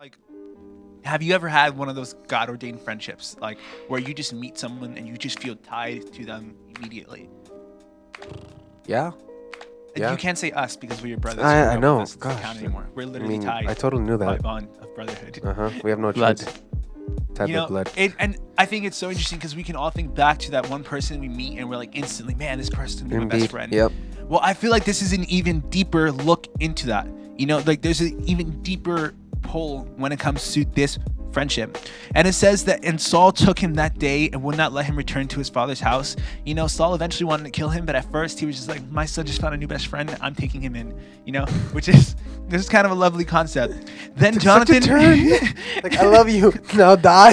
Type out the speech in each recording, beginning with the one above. Like, have you ever had one of those God ordained friendships, like where you just meet someone and you just feel tied to them immediately? Yeah. And Yeah. You can't say us because we're your brothers. I- We're not I with know. us. It doesn't count Gosh. anymore. We're I literally mean, tied I totally knew by a that. bond of brotherhood. Uh huh. We have no Blood. choice. Type you know, of blood. It, and I think it's so interesting because we can all think back to that one person we meet and we're like instantly, man, this person is my best Indeed. friend. Yep. Well, I feel like this is an even deeper look into that. You know, like there's an even deeper pull when it comes to this friendship. And it says that, and Saul took him that day and would not let him return to his father's house. You know, Saul eventually wanted to kill him, but at first he was just like, my son just found a new best friend. I'm taking him in, you know, which is, this is kind of a lovely concept. Then Took such a Jonathan. turn. Like I love you. Now die.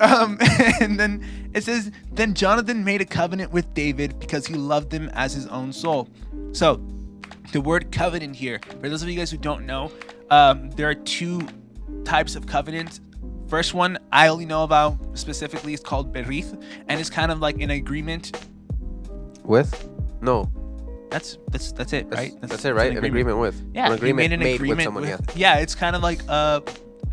Um, and then it says, Then Jonathan made a covenant with David because he loved him as his own soul. So, the word covenant here, for those of you guys who don't know, um, there are two types of covenants. First one I only know about specifically is called berith, and it's kind of like an agreement. with? No. That's that's that's it, That's, right? That's, it, right? An agreement, with. Yeah, An you agreement made an made agreement with someone. with- yeah. it's kind of like uh,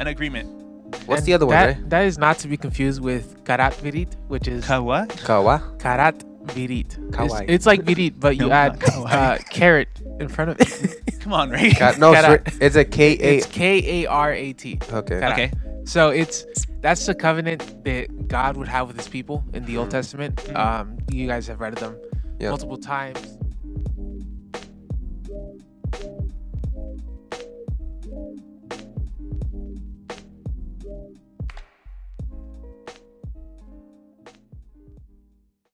an agreement. yeah. What's And the other that, one, right? That is not to be confused with karat virit, which is Ka what? Kawa. karat virit. It's, Kawaii. it's like virit, but you No, add not kawaii. uh, carrot in front of it. Come on, right? Ka- no, Kara. it's- it's a K it's A. K A R A T. Okay. Kara. okay. So it's that's the covenant that Mm-hmm. God would have with His people in the Old Testament. Um, you guys have read them Yeah. multiple times.